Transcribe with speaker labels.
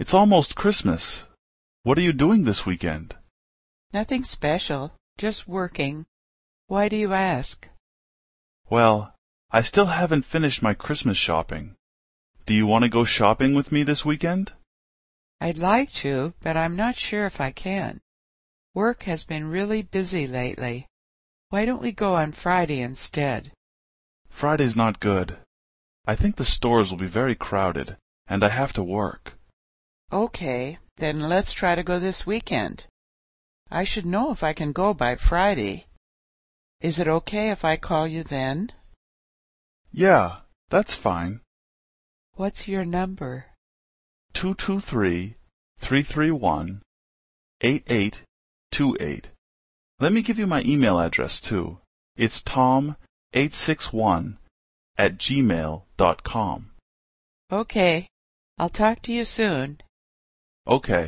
Speaker 1: It's almost Christmas. What are you doing this weekend?
Speaker 2: Nothing special, just working. Why do you ask?
Speaker 1: Well, I still haven't finished my Christmas shopping. Do you want to go shopping with me this weekend?
Speaker 2: I'd like to, but I'm not sure if I can. Work has been really busy lately. Why don't we go on Friday instead?
Speaker 1: Friday's not good. I think the stores will be very crowded, and I have to work.
Speaker 2: Okay, then let's try to go this weekend. I should know if I can go by Friday. Is it okay if I call you then?
Speaker 1: Yeah, that's fine.
Speaker 2: What's your number?
Speaker 1: Two two three three three one eight eight two eight. Let me give you my email address too. It's tom861 at gmail dot com.
Speaker 2: Okay. I'll talk to you soon.
Speaker 1: Okay.